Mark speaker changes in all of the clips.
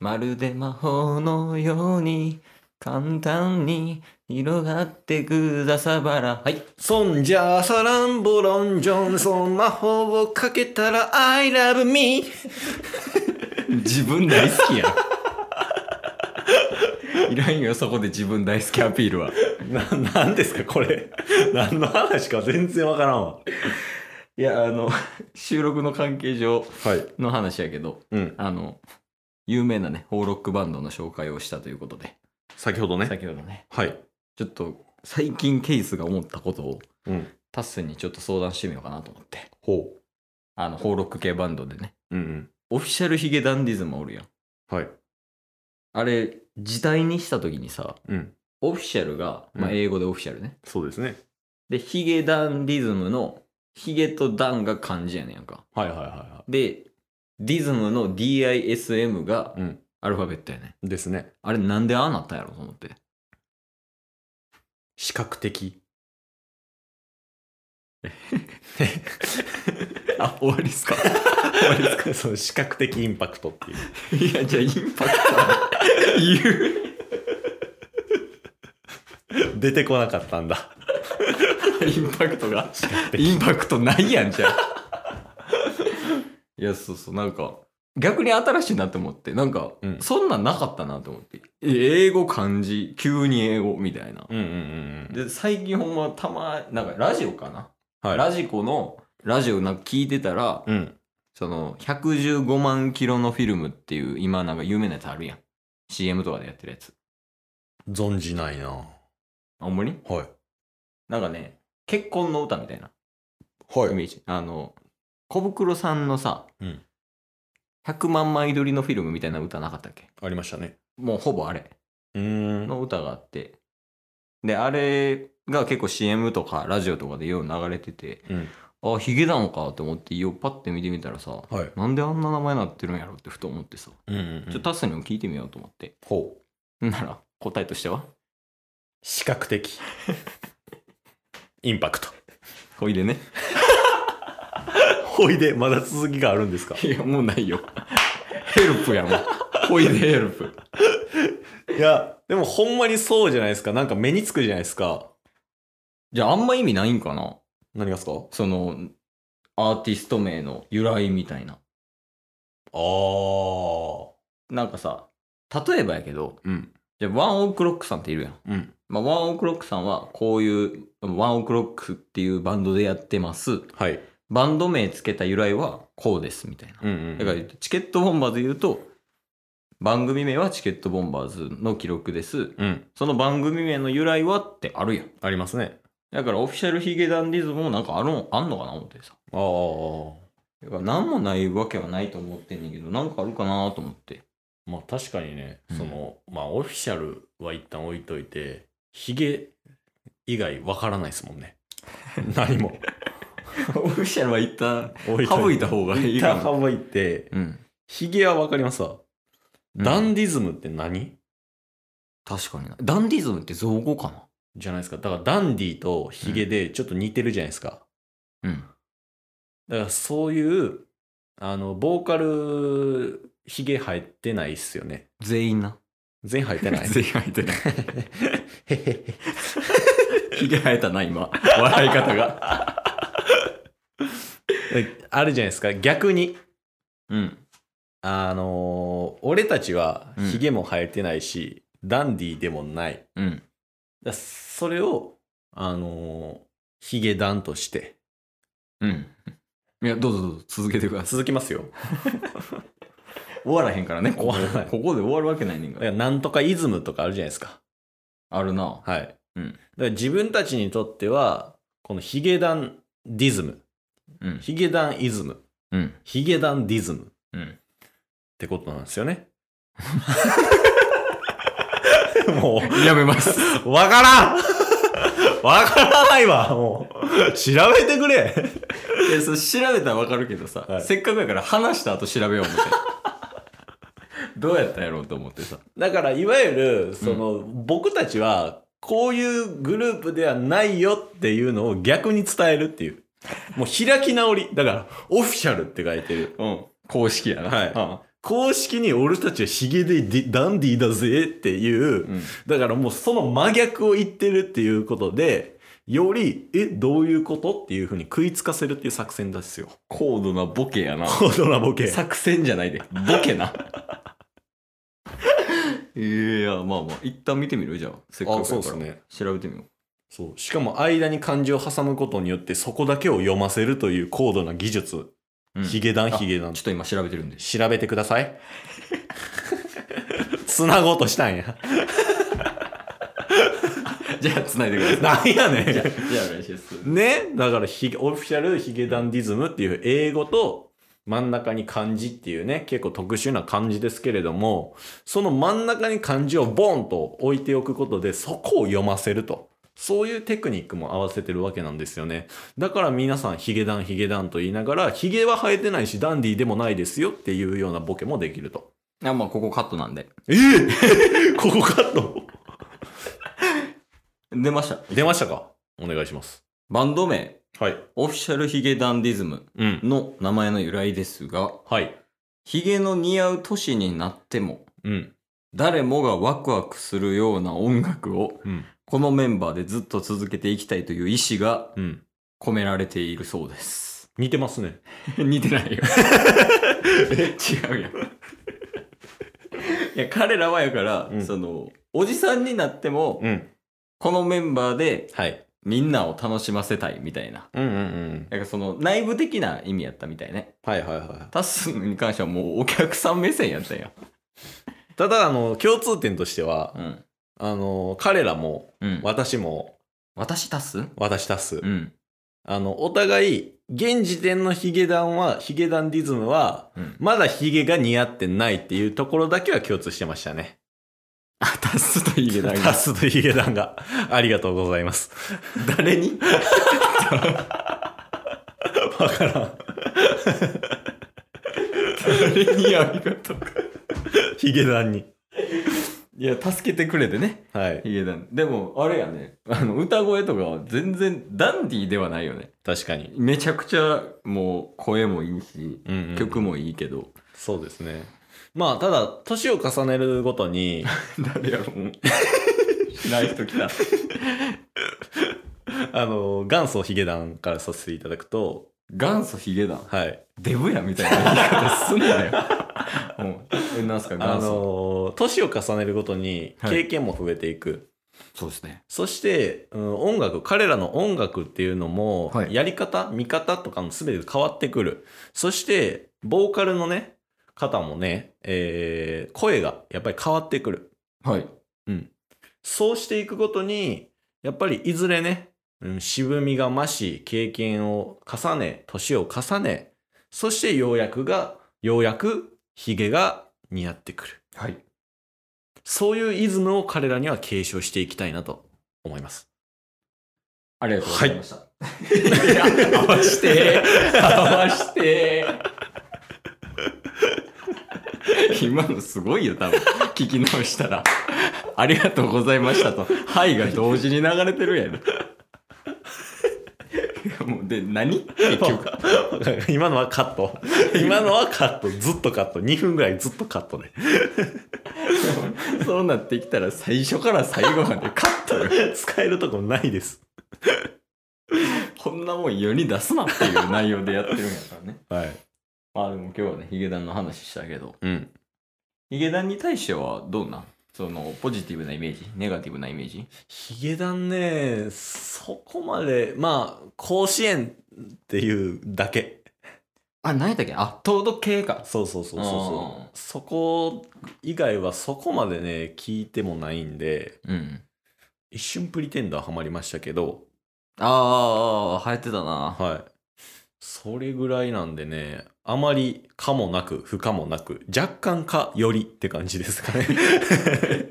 Speaker 1: まるで魔法のように簡単に広がってくザサバラはい
Speaker 2: そんじゃサランボロンジョンソン魔法をかけたら I love me
Speaker 1: 自分大好 きやんいらんよそこで自分大好きアピールは
Speaker 2: ななんですかこれ何の話か全然わからんわ
Speaker 1: いやあの収録の関係上
Speaker 2: はい
Speaker 1: の話やけど
Speaker 2: うん
Speaker 1: あの有名なねホーロックバンドの紹介をしたということで
Speaker 2: 先ほどね
Speaker 1: 先ほどね
Speaker 2: はい
Speaker 1: ちょっと最近ケイスが思ったことを
Speaker 2: うん
Speaker 1: タッスンにちょっと相談してみようかなと思って
Speaker 2: ほ
Speaker 1: あのホーロック系バンドでね
Speaker 2: ううん
Speaker 1: オフィシャルヒゲダンディズムおるやん
Speaker 2: うんはい
Speaker 1: あれ時代にした時にさ
Speaker 2: うん
Speaker 1: オフィシャルが、まあ、
Speaker 2: うん
Speaker 1: 英語でオフィシャルね、
Speaker 2: そうですね
Speaker 1: で、ヒゲダンディズムの、ヒゲとダンが漢字やねんやんか。
Speaker 2: はいはいはいは
Speaker 1: で、ディズムの DISM が
Speaker 2: いうん
Speaker 1: アルファベットやねん。
Speaker 2: ですね
Speaker 1: あれなんでああなったんやろと思って。
Speaker 2: 視覚 的
Speaker 1: あ、終わりっすか
Speaker 2: 終わりですかその視覚的インパクトって いう
Speaker 1: いや、じゃあイン パクトは言う。
Speaker 2: 出てこなかったんだ
Speaker 1: インパクトが。インパクトないやんじゃあ。 いや、そうそう、なんか、逆に新しいなって思って、なんか、
Speaker 2: うん
Speaker 1: そんなんなかったなと思って。え英語漢字、急に英語みたいな。
Speaker 2: うんうんうんうん
Speaker 1: で最近ほんまたまなんかラジオかな、
Speaker 2: はい
Speaker 1: ラジコのラジオなんか聞いてたら、
Speaker 2: うん
Speaker 1: その115万キロのフィルムっていう今なんか有名なやつあるやん CM とかでやってるやつ
Speaker 2: 存じないなは
Speaker 1: あほんまに
Speaker 2: いは
Speaker 1: なんかね結婚の歌みたいないイメージ、あの小袋さんのさ、
Speaker 2: うん
Speaker 1: 100万枚撮りのフィルムみたいな歌なかったっけ
Speaker 2: ありましたね
Speaker 1: もうほぼあれ
Speaker 2: うーん
Speaker 1: の歌があってであれが結構 CM とかラジオとかでよう流れてて
Speaker 2: うん
Speaker 1: あヒゲダンかと思ってよパッて見てみたらさ
Speaker 2: はい
Speaker 1: なんであんな名前なってるんやろってふと思ってさ、
Speaker 2: うんうん
Speaker 1: ちょっとタスにも聞いてみようと思って
Speaker 2: ほう
Speaker 1: なら答えとしては
Speaker 2: 視覚 的インパクト
Speaker 1: ほいでね
Speaker 2: ほいでまだ続きがあるんですか
Speaker 1: いやもうないよ ヘルプやもんほいでヘルプ
Speaker 2: いやでもほんまにそうじゃないですかなんか目につくじゃないですか
Speaker 1: じゃああんま意味ないんかな
Speaker 2: 何がですかあ
Speaker 1: そのアーティスト名の由来みたいな
Speaker 2: あー
Speaker 1: なんかさ例えばやけど
Speaker 2: うん
Speaker 1: じゃあワンオークロックさんっているやん、
Speaker 2: うん
Speaker 1: まあ、ワンオークロックさんはこういうワンオークロックっていうバンドでやってます
Speaker 2: はい
Speaker 1: バンド名つけた由来はこうですみたいな
Speaker 2: うんうん
Speaker 1: だからチケットボンバーズで言うと番組名はチケットボンバーズの記録です
Speaker 2: うん
Speaker 1: その番組名の由来はってあるやん
Speaker 2: ありますね
Speaker 1: だからオフィシャルヒゲダンディズムもなんかあるんあんのかな思ってさ
Speaker 2: ああ
Speaker 1: だから何もないわけはないと思ってんねんけどなんかあるかなと思って
Speaker 2: まあ確かにね、
Speaker 1: うん
Speaker 2: そのまあオフィシャルは一旦置いといてヒゲ以外わからないですもんね 何も
Speaker 1: オフィシャルは一旦
Speaker 2: 省
Speaker 1: 省いた方がいい
Speaker 2: 一
Speaker 1: か
Speaker 2: 旦
Speaker 1: な
Speaker 2: 省いて
Speaker 1: うん、
Speaker 2: ヒゲはわかりますわ、ダンディズムって何
Speaker 1: 確かになダンディズムって造語か
Speaker 2: じゃないですかだからダンディとヒゲでちょっと似てるじゃないですか、
Speaker 1: なうん
Speaker 2: だからそういうあのボーカルヒゲ入ってないっすよね
Speaker 1: 全員な
Speaker 2: 全員入って ない
Speaker 1: 全員入ってない
Speaker 2: へへへ
Speaker 1: ヒゲ生えたな今笑い方が
Speaker 2: え あるじゃないですか逆に
Speaker 1: うん
Speaker 2: あのー俺たちは
Speaker 1: うん
Speaker 2: ヒゲも生えてないし、ダンディでもないだか
Speaker 1: うん
Speaker 2: らそれをあのーヒゲダンとして
Speaker 1: うん。いや、どうぞどうぞ、続けてください。
Speaker 2: 続きますよ
Speaker 1: 終わらへんからね、ここ
Speaker 2: 終わらない
Speaker 1: ここで終わるわけないねんか。
Speaker 2: だかららなんとかイズムとかあるじゃないですか
Speaker 1: あるな。
Speaker 2: はい。
Speaker 1: うん
Speaker 2: だから自分たちにとっては、このヒゲダンディズム、
Speaker 1: うん。
Speaker 2: ヒゲダンイズム、
Speaker 1: うん。
Speaker 2: ヒゲダンディズムっ
Speaker 1: うん。
Speaker 2: てことなんです よね。も
Speaker 1: やめます。
Speaker 2: う、わからんわからないわもう、調べてくれ
Speaker 1: いや、そう、調べたらわかるけどさ、
Speaker 2: はい
Speaker 1: せっかくやから話した後調べよう思って。 どうやったんやろうと思ってさ。
Speaker 2: だから、いわゆる、その、僕たちは、こういうグループではないよっていうのを逆に伝えるっていう。もう開き直り。だから、オフィシャルって書いてる。
Speaker 1: うん。公式やな。
Speaker 2: はい
Speaker 1: あ
Speaker 2: 公式に俺たちはヒゲでディダンディーだぜっていう、
Speaker 1: うん
Speaker 2: だからもうその真逆を言ってるっていうことで、より、え、どういうことっていうふうに食いつかせるっていう作戦ですよ。
Speaker 1: 高度なボケやな。
Speaker 2: 高度なボケ。
Speaker 1: 作戦じゃないで。ボケな。 いや、まあまあ、一旦見てみるじゃあ。せっかくやから。
Speaker 2: ね。
Speaker 1: 調べてみよ
Speaker 2: そう。しかも間に漢字を挟むことによってそこだけを読ませるという高度な技術。
Speaker 1: う。うん
Speaker 2: ヒ
Speaker 1: ち
Speaker 2: ゲダンヒゲダン
Speaker 1: ょっ。と今調べてるんで。
Speaker 2: 調べてくだ さい。繋ごうとしたんや。
Speaker 1: じゃあ、繋いでください。
Speaker 2: なんや ね
Speaker 1: じゃあ、
Speaker 2: ん。
Speaker 1: じゃあお願いします。
Speaker 2: ねだからヒゲオフィシャルヒゲダンディズムっていう英語と真ん中に漢字っていうね結構特殊な漢字ですけれどもその真ん中に漢字をボンと置いておくことでそこを読ませるとそういうテクニックも合わせてるわけなんですよねだから皆さんヒゲダンヒゲダンと言いながらヒゲは生えてないしダンディでもないですよっていうようなボケもできると
Speaker 1: あ、まあ、ここカットなんで。
Speaker 2: ええ ここカット
Speaker 1: 出ました。
Speaker 2: 出ましたかお願いします
Speaker 1: バンド名、
Speaker 2: はい
Speaker 1: オフィシャルヒゲダンディズム
Speaker 2: うん
Speaker 1: の名前の由来ですが、
Speaker 2: はい
Speaker 1: ヒゲの似合う年になっても、
Speaker 2: うん
Speaker 1: 誰もがワクワクするような音楽を、
Speaker 2: うん
Speaker 1: このメンバーでずっと続けていきたいという意志が
Speaker 2: うん
Speaker 1: 込められているそうです。
Speaker 2: 似てますね
Speaker 1: 似てないよ。 違うやん。いや、彼らはやから、
Speaker 2: うん
Speaker 1: その、おじさんになっても、
Speaker 2: うん
Speaker 1: このメンバーで
Speaker 2: はい
Speaker 1: みんなを楽しませたいみたいな。
Speaker 2: うんうんうん。
Speaker 1: なんかその内部的な意味やったみたいね。
Speaker 2: はいはいは
Speaker 1: タッスンに関してはもうお客さん目線やったんや。
Speaker 2: い。ただ、あの、共通点としては
Speaker 1: う、ん。
Speaker 2: あの、彼らも、
Speaker 1: うん。
Speaker 2: 私も、
Speaker 1: 私タッスン
Speaker 2: 私たす。
Speaker 1: うん。
Speaker 2: あの、お互い、現時点のヒゲダンは、ヒゲダンディズムは、
Speaker 1: うん。
Speaker 2: まだヒゲが似合ってないっていうところだけは共通してましたね。
Speaker 1: あ、タッスとヒゲダン
Speaker 2: タ
Speaker 1: が。
Speaker 2: スとヒゲダンが。ありがとうございます。
Speaker 1: 誰に
Speaker 2: わからん。
Speaker 1: 誰にありがとう。
Speaker 2: ヒゲダンに。
Speaker 1: いや、助けてくれてね。
Speaker 2: はい。
Speaker 1: ヒゲダン。でも、あれやね。あの、歌声とかは全然ダンディーではないよね。
Speaker 2: 確かに。
Speaker 1: めちゃくちゃ、もう、声もいいし、
Speaker 2: うん、うん。
Speaker 1: 曲もいいけど。
Speaker 2: そうですね。まあ、ただ、年を重ねるごとに、
Speaker 1: 誰やろ、もう。しない人来た。
Speaker 2: あの、元祖ヒゲダンからさせていただくと、
Speaker 1: 元祖ヒゲダン。
Speaker 2: はい。
Speaker 1: デブやみたい な言い方すんなよ。うんえ、なんすか、
Speaker 2: あ
Speaker 1: 元祖。
Speaker 2: のー年を重ねるごとに
Speaker 1: はい
Speaker 2: 経験も増えていく、
Speaker 1: そうですね。
Speaker 2: そして、うん、音楽彼らの音楽っていうのも、
Speaker 1: はい
Speaker 2: やり方見方とかも全て変わってくるそしてボーカルのね方もね、えー声がやっぱり変わってくる
Speaker 1: はい。
Speaker 2: そうしていくごとにやっぱりいずれね、うん、渋みが増し経験を重ね年を重ねそしてようやくがようやくヒゲが似合ってくる
Speaker 1: はい。
Speaker 2: そういうイズムを彼らには継承していきたいなと思います。
Speaker 1: ありがとうございました。いや、合わして、合わして。今のすごいよ、多分。聞き直したら。ありがとうございましたと。はいが同時に流れてるやん。いやもうで、何結局。
Speaker 2: 今のはカッ ト。今のはカット。ずっとカット。2分ぐらいずっとカットね。
Speaker 1: そうなってきたら最初から最後までカットよ。
Speaker 2: 使えるとこないです。
Speaker 1: こんなもん世に出すなっていう内容でやってるんやからね。
Speaker 2: はい。
Speaker 1: まあでも今日はね、ヒゲダンの話したけど。
Speaker 2: うん。
Speaker 1: ヒゲダンに対してはどうなんそのポジティブなイメージネガティブなイメージ
Speaker 2: ヒゲダンね、そこまで、まあ、甲子園っていうだけ。
Speaker 1: あ何やったっけあ糖度系か
Speaker 2: そうそうそうそう
Speaker 1: あ
Speaker 2: そう。そこ以外はそこまでね、聞いてもないんで、
Speaker 1: うん
Speaker 2: 一瞬プリテンダーハマりましたけど、
Speaker 1: あーあー流行ってた な
Speaker 2: はい。それぐらいなんでね、あまりかもなく、不可もなく、若干かよりって感じですかね。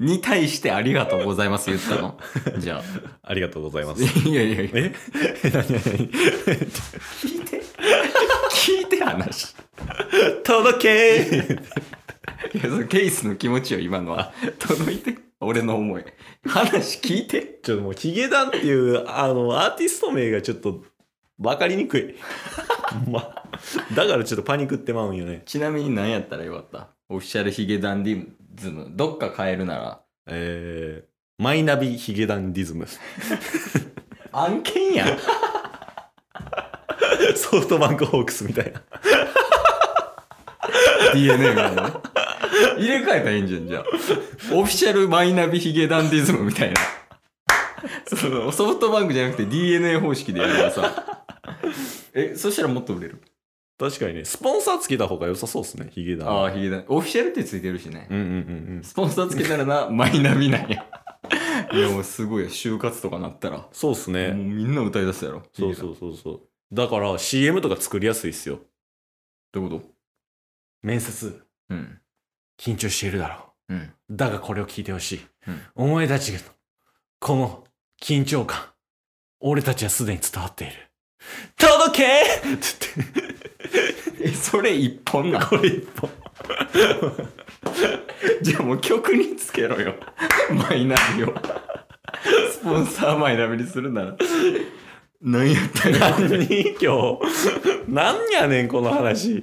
Speaker 1: に対してありがとうございます言ってた のじゃあ
Speaker 2: ありがとうございます。
Speaker 1: いやいやいや
Speaker 2: え何何
Speaker 1: 聞いて 聞いて話
Speaker 2: 何届け
Speaker 1: いやそのケースの気持ちよ今のは 届いて俺の思い話聞いて
Speaker 2: ちょっともう、ヒゲダンっていう、あの、アーティスト名がちょっと、わかりにくい。ま、だからちょっとパニックってまうんよね。
Speaker 1: ちなみに何やったらよかったオフィシャルヒゲダンディズム、どっか変えるなら、
Speaker 2: えーマイナビヒゲダンディズム。
Speaker 1: 案件やん。
Speaker 2: ソフトバンクホークスみたいな。
Speaker 1: DNA がね。入れ替えたらいいんじゃん、じゃあ。オフィシャルマイナビヒゲダンディズムみたいな。そのソフトバンクじゃなくて DNA 方式でやればさ。え、そしたらもっと売れる。
Speaker 2: 確かにね、スポンサーつけた方が良さそうですね、ヒゲダン。
Speaker 1: ああ、ヒゲダン。オフィシャルってついてるしね
Speaker 2: う。んうんうんうん。
Speaker 1: スポンサーつけたらな、マイナビなんや。いや、もうすごいよ。就活とかなったら。も
Speaker 2: そうっす
Speaker 1: う
Speaker 2: ね。
Speaker 1: みんな歌い出すやろ。
Speaker 2: そう
Speaker 1: ヒゲダン
Speaker 2: そうそうそう。だから CM とか作りやすいっすよ。
Speaker 1: どういうこ
Speaker 2: 面接、
Speaker 1: とうん。
Speaker 2: 緊張しているだろ
Speaker 1: うん。
Speaker 2: う。だがこれを聞いてほしい。
Speaker 1: うん
Speaker 2: お前たちの、この緊張感、俺たちはすでに伝わっている。届け つって、
Speaker 1: え、それ一本な。
Speaker 2: これ一本。
Speaker 1: じゃあもう曲につけろよ。 マイナビを。スポンサーマイナビにするなら。何やったら
Speaker 2: 何今日。何やねん、この話。